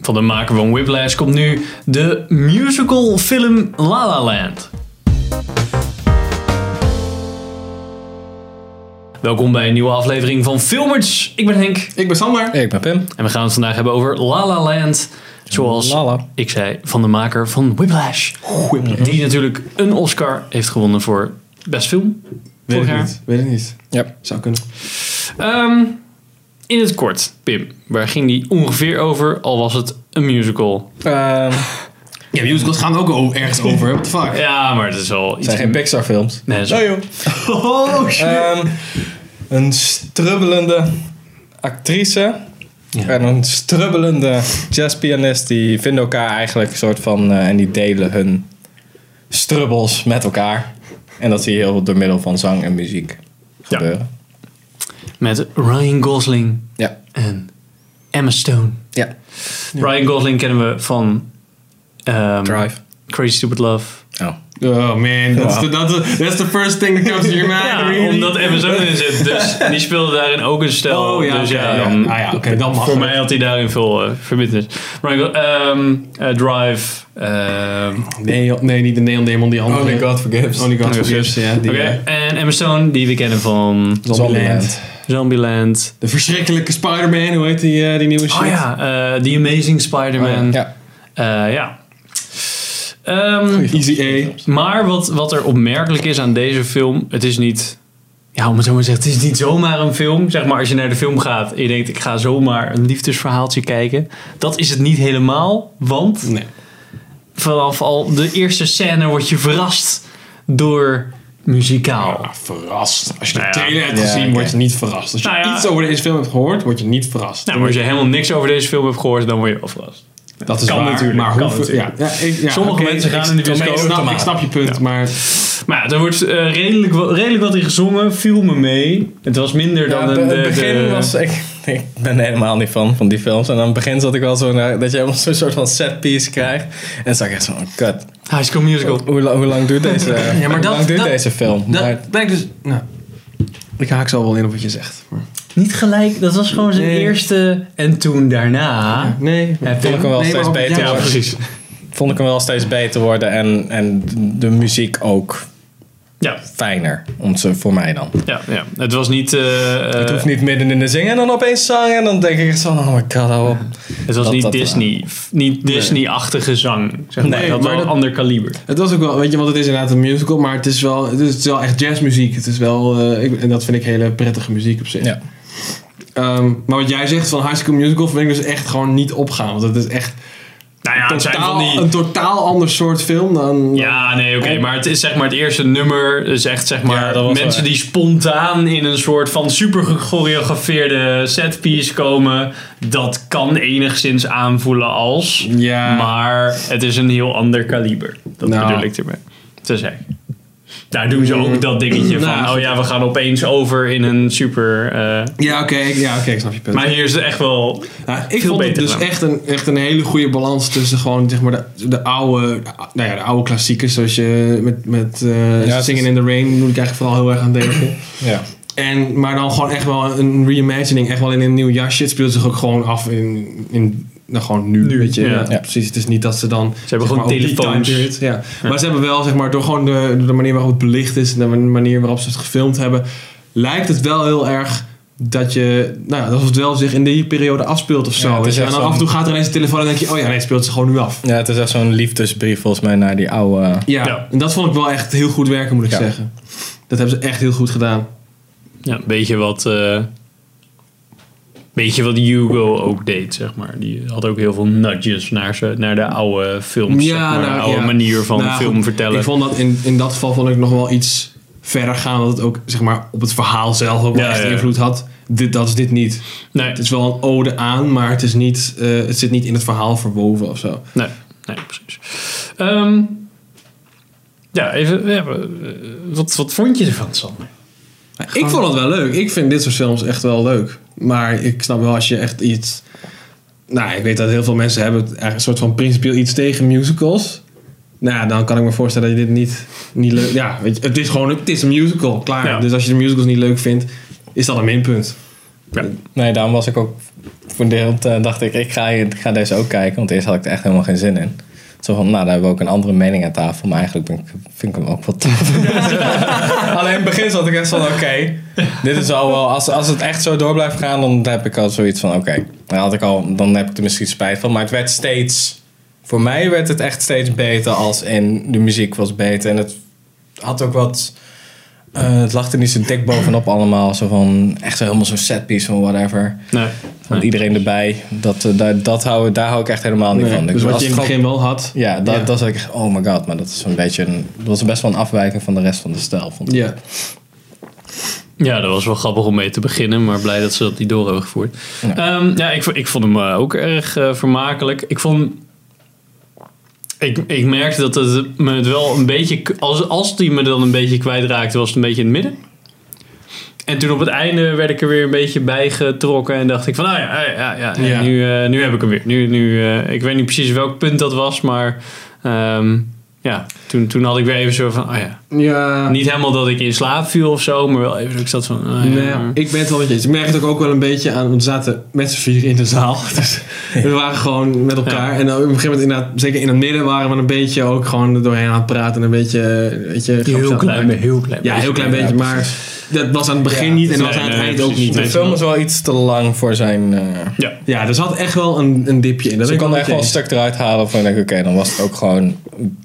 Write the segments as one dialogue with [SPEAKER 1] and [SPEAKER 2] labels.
[SPEAKER 1] Van de maker van Whiplash komt nu de musical film La La Land. Welkom bij een nieuwe aflevering van Filmers. Ik ben Henk
[SPEAKER 2] Ik ben Sander.
[SPEAKER 3] Ik ben Pim.
[SPEAKER 1] en we gaan het vandaag hebben over La La Land. Zoals
[SPEAKER 3] Lala.
[SPEAKER 1] ik zei, van de maker van Whiplash. Die natuurlijk een Oscar heeft gewonnen voor best film.
[SPEAKER 2] Weet
[SPEAKER 1] Vorig
[SPEAKER 2] ik
[SPEAKER 1] jaar.
[SPEAKER 2] niet. Weet ik niet.
[SPEAKER 3] Ja.
[SPEAKER 2] Zou kunnen.
[SPEAKER 1] Ehm, in het kort, Pim. Waar ging die ongeveer over, al was het een musical?
[SPEAKER 3] Ehm,
[SPEAKER 2] Ja, musicals gaan ook o- ergens over. What the fuck?
[SPEAKER 1] Ja, maar het is wel iets...
[SPEAKER 3] zijn geen Pixar films.
[SPEAKER 1] Nee, dat is-
[SPEAKER 2] joh. Oh shit.
[SPEAKER 3] een strubbelende actrice
[SPEAKER 1] Ja.
[SPEAKER 3] en een strubbelende jazzpianist die vinden elkaar eigenlijk een soort van eh, en die delen hun strubbels met elkaar. En dat zie je heel veel door middel van zang en muziek
[SPEAKER 1] Ja.
[SPEAKER 3] gebeuren.
[SPEAKER 1] Met Ryan Gosling
[SPEAKER 3] Ja.
[SPEAKER 1] en Emma Stone.
[SPEAKER 3] Ja.
[SPEAKER 1] Ryan Gosling kennen we van... ehm,
[SPEAKER 3] Drive.
[SPEAKER 1] Crazy Stupid Love.
[SPEAKER 3] Oh.
[SPEAKER 2] Oh man, that's, the, that's, the, that's the first thing that comes to your mind.
[SPEAKER 1] Ja,
[SPEAKER 2] really.
[SPEAKER 1] omdat Emma Stone erin zit. Dus die speelde daarin ook een stel.
[SPEAKER 2] Oh ja,
[SPEAKER 1] dus
[SPEAKER 2] oké,
[SPEAKER 1] ja,
[SPEAKER 2] ja.
[SPEAKER 1] dan-
[SPEAKER 2] Ah ja, oké, dan mag
[SPEAKER 1] Voor
[SPEAKER 2] het.
[SPEAKER 1] mij had hij daarin veel eh, verbintenis. Ryan Go- ehm, eh, Drive.
[SPEAKER 2] Oh,
[SPEAKER 1] ehm,
[SPEAKER 2] Nee, joh, nee, niet de Neon Demon, die andere.
[SPEAKER 3] Only God Forgives.
[SPEAKER 2] Only God
[SPEAKER 1] Oké.
[SPEAKER 2] Forgives, ja. Die,
[SPEAKER 1] Oké,
[SPEAKER 2] eh,
[SPEAKER 1] en Emma Stone, die we kennen van
[SPEAKER 3] Zombieland.
[SPEAKER 1] Zombieland.
[SPEAKER 2] De verschrikkelijke Spider-Man, hoe heet die, eh, die nieuwe shit? Oh
[SPEAKER 1] Oh ja, eh, The Amazing Spider-Man.
[SPEAKER 3] Ja.
[SPEAKER 1] Eh, ja. Ehm,
[SPEAKER 2] Easy A.
[SPEAKER 1] maar wat, wat er opmerkelijk is aan deze film, het is niet... Ja, om het zo maar te zeggen, het is niet zomaar een film. Zeg maar, als je naar de film gaat en je denkt, ik ga zomaar een liefdesverhaaltje kijken. Dat is het niet helemaal, want
[SPEAKER 2] Nee.
[SPEAKER 1] vanaf al de eerste scène word je verrast door muzikaal.
[SPEAKER 2] Ah, verrast. Als je de
[SPEAKER 1] Nou ja.
[SPEAKER 2] trailer hebt
[SPEAKER 3] Ja,
[SPEAKER 2] gezien,
[SPEAKER 3] oké.
[SPEAKER 2] word je niet verrast. Als je
[SPEAKER 1] Nou ja.
[SPEAKER 2] iets over deze film hebt gehoord, word je niet verrast.
[SPEAKER 1] Nou, maar als je helemaal niks over deze film hebt gehoord, dan word je wel verrast.
[SPEAKER 2] dat is
[SPEAKER 1] kan
[SPEAKER 2] waar,
[SPEAKER 1] natuurlijk,
[SPEAKER 2] Maar
[SPEAKER 1] kan
[SPEAKER 2] hoeveel-
[SPEAKER 1] natuurlijk.
[SPEAKER 2] Ja, ja, ik- ja,
[SPEAKER 1] Sommige
[SPEAKER 2] oké,
[SPEAKER 1] mensen
[SPEAKER 2] ik-
[SPEAKER 1] gaan in de
[SPEAKER 2] ik
[SPEAKER 1] bioscoop
[SPEAKER 2] snap-
[SPEAKER 1] automaat.
[SPEAKER 2] Ik snap je punt,
[SPEAKER 1] Ja.
[SPEAKER 2] maar...
[SPEAKER 1] Maar ja, er wordt eh, redelijk, wa- redelijk wat in gezongen, viel me mee. Het was minder
[SPEAKER 3] Ja,
[SPEAKER 1] dan
[SPEAKER 3] be-
[SPEAKER 1] een, eh,
[SPEAKER 3] het
[SPEAKER 1] de-
[SPEAKER 3] begin
[SPEAKER 1] de-
[SPEAKER 3] was ik, ik ben helemaal niet fan van die films. En aan het begin zat ik wel zo naar, dat je helemaal zo'n soort van set piece krijgt. En dan zag ik echt zo, oh god,
[SPEAKER 1] High School Musical.
[SPEAKER 3] hoe, la- hoe lang duurt deze,
[SPEAKER 2] maar
[SPEAKER 3] hoe
[SPEAKER 2] dat-
[SPEAKER 3] lang duurt
[SPEAKER 2] dat-
[SPEAKER 3] deze film? Maar-
[SPEAKER 2] Dat blijkt dus... Nou, ik haak zo wel in op wat je zegt.
[SPEAKER 1] Niet gelijk, dat was gewoon zijn
[SPEAKER 2] Nee.
[SPEAKER 1] eerste. En toen daarna.
[SPEAKER 2] Nee.
[SPEAKER 1] heb
[SPEAKER 3] vond ik hem wel
[SPEAKER 2] Nee, maar
[SPEAKER 3] steeds
[SPEAKER 2] op-
[SPEAKER 3] beter
[SPEAKER 2] ja,
[SPEAKER 1] Ja,
[SPEAKER 3] worden.
[SPEAKER 1] precies.
[SPEAKER 3] Vond ik hem wel steeds beter worden en, en de muziek ook
[SPEAKER 1] Ja,
[SPEAKER 3] fijner, om ze, voor mij dan.
[SPEAKER 1] ja, ja. Het was niet, eh, eh,
[SPEAKER 3] Het hoeft niet midden in de zingen en dan opeens zang en dan denk ik echt zo, oh my god, hou op.
[SPEAKER 1] het was
[SPEAKER 3] dat-
[SPEAKER 1] niet
[SPEAKER 3] dat-
[SPEAKER 1] Disney. f- Niet Disney-achtige zang. Zeg maar.
[SPEAKER 2] eh, Nee,
[SPEAKER 1] dat was
[SPEAKER 2] maar
[SPEAKER 1] een
[SPEAKER 2] dat-
[SPEAKER 1] ander kaliber.
[SPEAKER 2] Het was ook wel, weet je, want het is inderdaad een musical, maar het is wel, het is, het is wel echt jazzmuziek. Het is wel, eh, ik, en dat vind ik hele prettige muziek op zich.
[SPEAKER 3] Ja.
[SPEAKER 2] Ehm, maar wat jij zegt van High School Musical vind ik dus echt gewoon niet opgaan. Want het is echt
[SPEAKER 1] Nou ja, het zijn van
[SPEAKER 2] totaal,
[SPEAKER 1] die...
[SPEAKER 2] een totaal ander soort film dan...
[SPEAKER 1] Ja, nee, oké. Maar het is zeg maar het eerste nummer. is echt zeg
[SPEAKER 3] Ja,
[SPEAKER 1] maar
[SPEAKER 3] dat was wel
[SPEAKER 1] mensen
[SPEAKER 3] echt.
[SPEAKER 1] die spontaan in een soort van super gechoreografeerde setpiece komen. Dat kan enigszins aanvoelen als.
[SPEAKER 2] Ja.
[SPEAKER 1] Maar het is een heel ander kaliber. Dat
[SPEAKER 2] Nou.
[SPEAKER 1] bedoel ik ermee te zeggen. Daar doen ze ook dat dingetje van.
[SPEAKER 2] Nou,
[SPEAKER 1] oh ja, we gaan opeens over in een super. eh,
[SPEAKER 2] Ja, oké, ik- ja, oké, ik snap je punt.
[SPEAKER 1] maar hier is het echt wel.
[SPEAKER 2] Nou, ik
[SPEAKER 1] Veel
[SPEAKER 2] vond het
[SPEAKER 1] beter
[SPEAKER 2] dus
[SPEAKER 1] gedaan.
[SPEAKER 2] echt een, echt een hele goede balans tussen gewoon zeg maar de, de oude, nou ja, de oude klassiekers zoals je met, met eh,
[SPEAKER 3] Ja, het
[SPEAKER 2] Singing
[SPEAKER 3] is-
[SPEAKER 2] in the Rain moet ik eigenlijk vooral heel erg aan denken.
[SPEAKER 3] Ja.
[SPEAKER 2] En, maar dan gewoon echt wel een reimagining, echt wel in een nieuw jasje. Het speelt zich ook gewoon af in, in nou gewoon nu,
[SPEAKER 1] Nu,
[SPEAKER 2] weet je.
[SPEAKER 1] ja.
[SPEAKER 2] Ja,
[SPEAKER 3] Ja.
[SPEAKER 2] Precies, het is niet dat ze dan... Ze
[SPEAKER 1] hebben gewoon telefoons.
[SPEAKER 2] ja. Maar ze hebben wel, zeg maar, door gewoon de, door de manier waarop het belicht is en de manier waarop ze het gefilmd hebben, lijkt het wel heel erg dat je, nou ja, dat het wel zich in die periode afspeelt of zo.
[SPEAKER 3] Ja, het is
[SPEAKER 2] weet je. En
[SPEAKER 3] echt
[SPEAKER 2] dan
[SPEAKER 3] zo'n-
[SPEAKER 2] af en toe gaat er ineens de telefoon en dan denk je, oh ja, nee, het speelt zich gewoon nu af.
[SPEAKER 3] ja, het is echt zo'n liefdesbrief volgens mij naar die oude...
[SPEAKER 2] Ja.
[SPEAKER 1] Ja.
[SPEAKER 2] en dat vond ik wel echt heel goed werken, moet ik
[SPEAKER 3] Ja.
[SPEAKER 2] zeggen. Dat hebben ze echt heel goed gedaan.
[SPEAKER 1] Ja, een beetje wat. eh, beetje wat Hugo ook deed, zeg maar. Die had ook heel veel nudges naar, ze, naar de oude films. zeg maar,
[SPEAKER 2] nou,
[SPEAKER 1] de oude
[SPEAKER 2] ja.
[SPEAKER 1] manier van
[SPEAKER 2] Nou,
[SPEAKER 1] film
[SPEAKER 2] goed,
[SPEAKER 1] vertellen.
[SPEAKER 2] Ik vond dat in, in dat geval vond ik nog wel iets verder gaan. Dat het ook zeg maar, op het verhaal zelf ook wel
[SPEAKER 1] Ja,
[SPEAKER 2] echt
[SPEAKER 1] ja.
[SPEAKER 2] invloed had. Dit, dat is dit niet.
[SPEAKER 1] nee,
[SPEAKER 2] Het is wel een ode aan, maar het, is niet, eh, het zit niet in het verhaal verwoven of zo.
[SPEAKER 1] nee, nee, precies. Ehm, ja, even. ja, eh, wat, wat vond je ervan, Sander?
[SPEAKER 2] Ik vond het wel leuk. Ik vind dit soort films echt wel leuk. Maar ik snap wel als je echt iets... Nou, ik weet dat heel veel mensen hebben eigenlijk een soort van principieel iets tegen musicals. Nou, ja, dan kan ik me voorstellen dat je dit niet, niet leuk... Ja, weet je, het is gewoon het is een musical, klaar.
[SPEAKER 1] Ja.
[SPEAKER 2] Dus als je de musicals niet leuk vindt, is dat een minpunt.
[SPEAKER 1] Ja.
[SPEAKER 3] Nee, daarom was ik ook voor een deel eh, dacht ik, ik ga, ik ga deze ook kijken. Want eerst had ik er echt helemaal geen zin in. Zo van, nou, daar hebben we ook een andere mening aan tafel. Maar eigenlijk ben ik, vind ik hem ook wel tof. Alleen in het begin zat ik echt van, oké, dit is al wel... Als, als het echt zo door blijft gaan, dan heb ik al zoiets van, oké. dan had ik al, dan heb ik er misschien spijt van. Maar het werd steeds... Voor mij werd het echt steeds beter als in de muziek was beter. En het had ook wat... eh, het lag er niet zo dik bovenop allemaal. Zo van, echt zo helemaal zo'n setpiece van whatever.
[SPEAKER 1] Nee.
[SPEAKER 3] Van iedereen erbij. Dat, eh, daar, dat hou, daar hou ik echt helemaal niet van. Ik
[SPEAKER 2] dus
[SPEAKER 3] bedoel,
[SPEAKER 2] wat
[SPEAKER 3] als
[SPEAKER 2] je in het
[SPEAKER 3] het gewoon-
[SPEAKER 2] begin wel had.
[SPEAKER 3] Ja, dat,
[SPEAKER 2] Ja.
[SPEAKER 3] dat was ik echt, oh my god. Maar dat is een beetje een, dat was best wel een afwijking van de rest van de stijl. Vond ik.
[SPEAKER 2] Ja.
[SPEAKER 1] Ja, dat was wel grappig om mee te beginnen, maar blij dat ze dat niet door hebben gevoerd.
[SPEAKER 3] Ja.
[SPEAKER 1] Ja, ja ik, vo- ik vond hem eh, ook erg eh, vermakelijk. Ik vond. Ik, ik merkte dat het me het wel een beetje. k- Als, als die me dan een beetje kwijtraakte, was het een beetje in het midden. En toen op het einde werd ik er weer een beetje bij getrokken en dacht ik van, nou ja, ja, ja, ja,
[SPEAKER 2] Ja.
[SPEAKER 1] Nu, eh, nu heb ik hem weer. Nu, nu, eh, ik weet niet precies welk punt dat was, maar ehm, ja, toen, toen had ik weer even zo van, oh ja,
[SPEAKER 2] ja.
[SPEAKER 1] niet helemaal dat ik in slaap viel of zo, maar wel even dat ik zat van. ah, ja,
[SPEAKER 2] Nou ja,
[SPEAKER 1] maar-
[SPEAKER 2] ik ben het wel met je eens. Ik merk het ook, ook wel een beetje aan, want we zaten met z'n vier in de zaal. Dus we waren gewoon met elkaar. En dan op een gegeven moment, inderdaad, zeker in het midden, waren we een beetje ook gewoon er doorheen aan het praten. En een beetje, eh, weet je, grapjes aan
[SPEAKER 1] heel
[SPEAKER 2] het
[SPEAKER 1] klein,
[SPEAKER 2] maken.
[SPEAKER 1] heel klein.
[SPEAKER 2] Ja, heel klein
[SPEAKER 3] Ja,
[SPEAKER 2] beetje, maar dat was aan het begin niet en dat
[SPEAKER 1] Nee,
[SPEAKER 2] was aan het
[SPEAKER 1] nee,
[SPEAKER 2] eind ook
[SPEAKER 1] precies.
[SPEAKER 2] niet. Dus
[SPEAKER 1] Nee.
[SPEAKER 3] De film is wel iets te lang voor zijn... eh
[SPEAKER 2] Ja, er zat echt wel een, een dipje in.
[SPEAKER 3] dus
[SPEAKER 2] Dat ben
[SPEAKER 3] ik
[SPEAKER 2] ik
[SPEAKER 3] kon er
[SPEAKER 2] wel
[SPEAKER 3] echt wel een
[SPEAKER 2] met je
[SPEAKER 3] stuk eruit halen van ik denk, oké, dan was het ook gewoon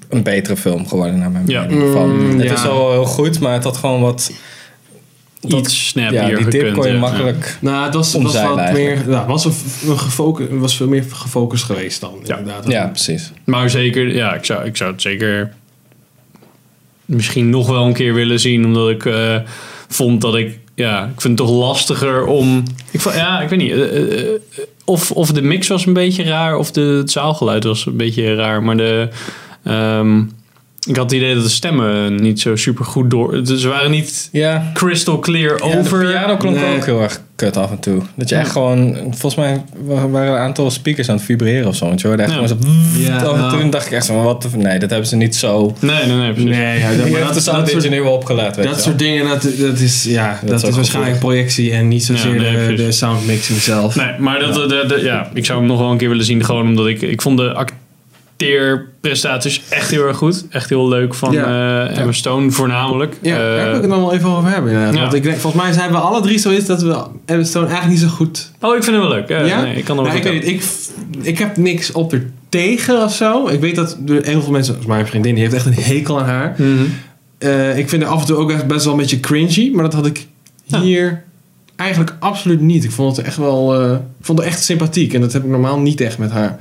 [SPEAKER 3] een betere film geworden naar mijn
[SPEAKER 1] Ja.
[SPEAKER 3] mening. Van,
[SPEAKER 2] Mm,
[SPEAKER 3] het
[SPEAKER 2] ja.
[SPEAKER 3] is wel heel goed, maar het had gewoon wat...
[SPEAKER 1] Iets snappier
[SPEAKER 3] ja, die tip
[SPEAKER 1] gekund,
[SPEAKER 3] kon je
[SPEAKER 1] ja.
[SPEAKER 3] makkelijk...
[SPEAKER 2] eens. Nou, het was, het was
[SPEAKER 3] Omzeilen
[SPEAKER 2] wat
[SPEAKER 3] eigenlijk.
[SPEAKER 2] meer, nou, het was, een- een gefocust, het was veel meer gefocust geweest dan,
[SPEAKER 1] Ja.
[SPEAKER 2] inderdaad.
[SPEAKER 3] Ja, precies.
[SPEAKER 1] Maar zeker, ja, ik zou, ik zou het zeker misschien nog wel een keer willen zien, omdat ik eh, vond dat ik, ja, ik vind het toch lastiger om. Ik vond, ja, ik weet niet. eh, eh, eh, of, of de mix was een beetje raar, of de, het zaalgeluid was een beetje raar, maar de. ehm, ik had het idee dat de stemmen niet zo super goed door. Ze waren niet
[SPEAKER 3] Ja,
[SPEAKER 1] crystal clear
[SPEAKER 3] Over...
[SPEAKER 1] over.
[SPEAKER 3] de piano klonk
[SPEAKER 2] Nee.
[SPEAKER 3] ook heel erg kut af en toe. Dat je echt
[SPEAKER 1] Ja.
[SPEAKER 3] gewoon... Volgens mij wa- waren een aantal speakers aan het vibreren of zo. Want je hoorde echt
[SPEAKER 1] Ja.
[SPEAKER 3] gewoon zo...
[SPEAKER 2] Ja,
[SPEAKER 3] af en toe
[SPEAKER 2] nou.
[SPEAKER 3] dacht ik echt van... Wat de, nee, dat hebben ze niet zo...
[SPEAKER 1] Nee, nee, nee, precies.
[SPEAKER 2] Nee, ja, dat,
[SPEAKER 3] Die
[SPEAKER 2] maar
[SPEAKER 3] heeft de
[SPEAKER 2] dat,
[SPEAKER 3] sound
[SPEAKER 2] dat, soort,
[SPEAKER 3] engineer wel opgelet, weet je
[SPEAKER 2] dat
[SPEAKER 3] wel.
[SPEAKER 2] soort dingen, dat, dat is, ja, dat,
[SPEAKER 3] is ook
[SPEAKER 2] is waarschijnlijk projectie en niet zozeer
[SPEAKER 1] Ja, nee,
[SPEAKER 2] de,
[SPEAKER 1] precies.
[SPEAKER 2] de soundmixing zelf.
[SPEAKER 1] Nee, maar dat, ja. ja, ik zou hem nog wel een keer willen zien. Gewoon omdat ik, ik vond de acteerprestaties echt heel erg goed. Echt heel leuk van
[SPEAKER 2] Ja.
[SPEAKER 1] eh, Emma Stone voornamelijk.
[SPEAKER 2] Ja, daar wil
[SPEAKER 1] Eh,
[SPEAKER 2] ik het dan wel even over hebben. inderdaad.
[SPEAKER 1] Ja.
[SPEAKER 2] Want ik denk, volgens mij zijn we alle drie zoiets dat we Emma Stone eigenlijk niet zo goed
[SPEAKER 1] oh, ik vind hem wel leuk. Ja,
[SPEAKER 2] Ja?
[SPEAKER 1] Nee, ik kan er wel
[SPEAKER 2] Nou, ik
[SPEAKER 1] goed
[SPEAKER 2] weet niet, ik, ik heb niks op er tegen of zo. Ik weet dat er heel veel mensen, mijn vriendin, die heeft echt een hekel aan haar.
[SPEAKER 1] op. Mhm.
[SPEAKER 2] Eh, ik vind haar af en toe ook echt best wel een beetje cringy, maar dat had ik
[SPEAKER 1] Ja.
[SPEAKER 2] hier eigenlijk absoluut niet. Ik vond het echt wel, eh, ik vond het echt sympathiek en dat heb ik normaal niet echt met haar.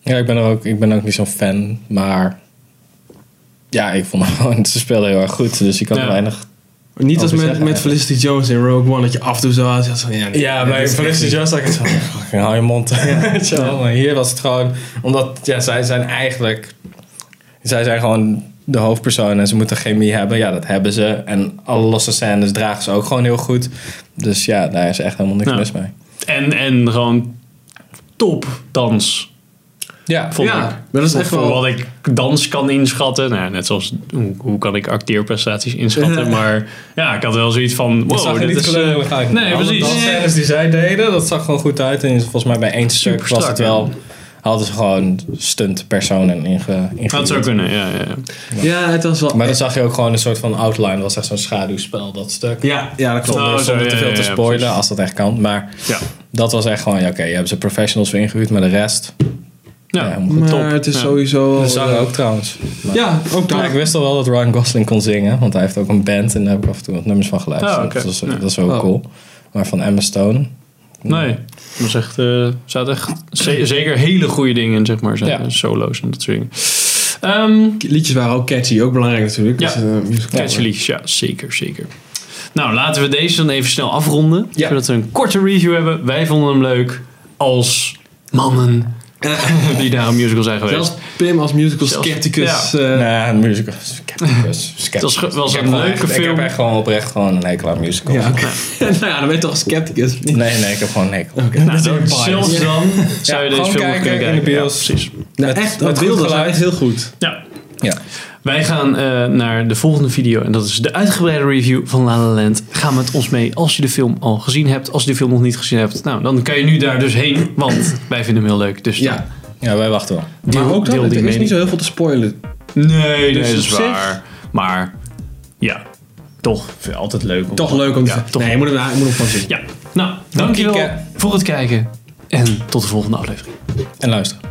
[SPEAKER 3] Ja, ik ben, er ook, ik ben ook niet zo'n fan. Maar... Ja, ik vond gewoon... Ze speelden heel erg goed. Dus ik had
[SPEAKER 1] Ja.
[SPEAKER 3] weinig...
[SPEAKER 2] Niet
[SPEAKER 3] Oh,
[SPEAKER 2] als
[SPEAKER 3] we
[SPEAKER 2] met,
[SPEAKER 3] zeggen,
[SPEAKER 2] met
[SPEAKER 3] ja.
[SPEAKER 2] Felicity Jones in Rogue One, dat je af en toe zo had. Ja, nee, dit is echt niet.
[SPEAKER 3] Jones zag ik zo... Fucking hou je mond. Weet je wel, maar hier was het gewoon... Omdat ja, zij zijn eigenlijk... Zij zijn gewoon de hoofdpersoon en ze moeten chemie hebben. Ja, dat hebben ze. En alle losse scènes dragen ze ook gewoon heel goed. Dus ja, daar is echt helemaal niks
[SPEAKER 1] Ja.
[SPEAKER 3] mis mee.
[SPEAKER 1] En, en gewoon top dans.
[SPEAKER 3] Ja,
[SPEAKER 1] Vond
[SPEAKER 2] Ja,
[SPEAKER 1] ik.
[SPEAKER 2] maar dat is
[SPEAKER 1] Voor-
[SPEAKER 2] echt
[SPEAKER 1] voor
[SPEAKER 2] wel-
[SPEAKER 1] wat ik dans kan inschatten. Nou, net zoals hoe, hoe kan ik acteerprestaties inschatten.
[SPEAKER 2] Ja.
[SPEAKER 1] Maar ja, ik had wel zoiets van.
[SPEAKER 3] Dat
[SPEAKER 1] Wow,
[SPEAKER 3] zag er
[SPEAKER 1] dit
[SPEAKER 3] niet
[SPEAKER 1] is. eh,
[SPEAKER 3] kleurig uit.
[SPEAKER 1] nee,
[SPEAKER 3] Alle
[SPEAKER 1] precies.
[SPEAKER 3] dansscènes die zij deden, dat zag gewoon goed uit. En volgens mij bij één stuk was
[SPEAKER 1] Superstrak,
[SPEAKER 3] het
[SPEAKER 1] ja.
[SPEAKER 3] wel... Hadden ze gewoon stunt personen inge,
[SPEAKER 1] dat zou kunnen, ja. ja, ja.
[SPEAKER 2] Ja, het was wel.
[SPEAKER 3] Maar dan zag je ook gewoon een soort van outline. Dat was echt zo'n schaduwspel, dat stuk.
[SPEAKER 2] ja, ja, dat klopt.
[SPEAKER 1] Oh,
[SPEAKER 3] Zonder,
[SPEAKER 1] zo,
[SPEAKER 3] zonder
[SPEAKER 1] ja,
[SPEAKER 3] te
[SPEAKER 1] ja,
[SPEAKER 3] veel te
[SPEAKER 1] ja,
[SPEAKER 3] spoilen,
[SPEAKER 1] precies.
[SPEAKER 3] als dat echt kan. Maar
[SPEAKER 1] ja.
[SPEAKER 3] dat was echt gewoon, ja, oké, je hebt ze professionals voor ingehuurd, maar de rest...
[SPEAKER 1] ja.
[SPEAKER 3] Ja,
[SPEAKER 2] maar
[SPEAKER 1] top.
[SPEAKER 2] het is
[SPEAKER 1] Ja.
[SPEAKER 2] sowieso. wel-
[SPEAKER 3] De zanger ook trouwens. Maar-
[SPEAKER 2] Ja, ook
[SPEAKER 3] Ja,
[SPEAKER 2] daar.
[SPEAKER 3] ik wist al wel dat Ryan Gosling kon zingen, want hij heeft ook een band en daar heb ik af en toe wat nummers van geluisterd.
[SPEAKER 1] Oh, oké.
[SPEAKER 3] dat, is,
[SPEAKER 1] Ja.
[SPEAKER 3] dat is wel
[SPEAKER 2] Oh.
[SPEAKER 3] cool. Maar van Emma Stone,
[SPEAKER 1] Nee, dat was echt, eh, er zaten echt ze- zeker hele goede dingen in, zeg maar. Zijn, eh,
[SPEAKER 3] Ja.
[SPEAKER 1] Solo's en dat soort dingen. Ehm
[SPEAKER 2] Liedjes waren ook catchy, ook belangrijk natuurlijk.
[SPEAKER 1] Ja.
[SPEAKER 2] Dat is een musical.
[SPEAKER 1] catchy liedjes, ja, zeker, zeker. Nou, laten we deze dan even snel afronden.
[SPEAKER 2] Ja.
[SPEAKER 1] Zodat we een korte review hebben. Wij vonden hem leuk als mannen eh, die naar een musical zijn geweest.
[SPEAKER 2] Zelfs Pim als musical
[SPEAKER 1] Zelfs-
[SPEAKER 2] scepticus. eh,
[SPEAKER 3] Nee, een musical. Skepticus. Skepticus.
[SPEAKER 1] Het was- was
[SPEAKER 3] Ik heb
[SPEAKER 1] een
[SPEAKER 3] gewoon
[SPEAKER 1] leuke
[SPEAKER 3] echt- ik
[SPEAKER 1] film.
[SPEAKER 3] heb echt gewoon oprecht gewoon een hekel aan musicals.
[SPEAKER 2] ja, oké. nou ja, dan ben je toch scepticus.
[SPEAKER 3] Nee, nee, ik heb gewoon een hekel.
[SPEAKER 1] nou, dan,
[SPEAKER 2] biased.
[SPEAKER 1] zelfs dan zou je
[SPEAKER 3] gewoon
[SPEAKER 1] deze film nog
[SPEAKER 3] kijken
[SPEAKER 1] kunnen
[SPEAKER 3] in de
[SPEAKER 1] kijken. Ja,
[SPEAKER 3] bios.
[SPEAKER 1] precies.
[SPEAKER 2] Nou,
[SPEAKER 3] Met-
[SPEAKER 2] echt,
[SPEAKER 3] met
[SPEAKER 2] dat
[SPEAKER 3] goed
[SPEAKER 2] beeld was
[SPEAKER 3] geluid.
[SPEAKER 2] echt heel goed.
[SPEAKER 1] Ja.
[SPEAKER 3] Ja.
[SPEAKER 1] Wij gaan eh, naar de volgende video. En dat is de uitgebreide review van La La Land. Ga met ons mee als je de film al gezien hebt. Als je de film nog niet gezien hebt. Nou, dan kan je nu daar dus heen. Want wij vinden hem heel leuk. Dus dan
[SPEAKER 2] Ja,
[SPEAKER 3] Ja, wij wachten wel.
[SPEAKER 1] deel,
[SPEAKER 2] maar ook
[SPEAKER 1] deel
[SPEAKER 2] dat,
[SPEAKER 1] die
[SPEAKER 2] er is niet
[SPEAKER 1] mening.
[SPEAKER 2] zo heel veel te spoilen.
[SPEAKER 1] Nee,
[SPEAKER 2] Dus
[SPEAKER 1] nee, dat is
[SPEAKER 2] op zich-
[SPEAKER 1] waar. Maar ja, toch. vind ik Altijd leuk. om-
[SPEAKER 2] Toch leuk om te
[SPEAKER 1] Ja, toch.
[SPEAKER 2] Nee, je moet hem, je moet hem gewoon zien.
[SPEAKER 1] Ja, nou, dankjewel
[SPEAKER 3] Kieken.
[SPEAKER 1] voor het kijken. En tot de volgende aflevering.
[SPEAKER 3] En luister.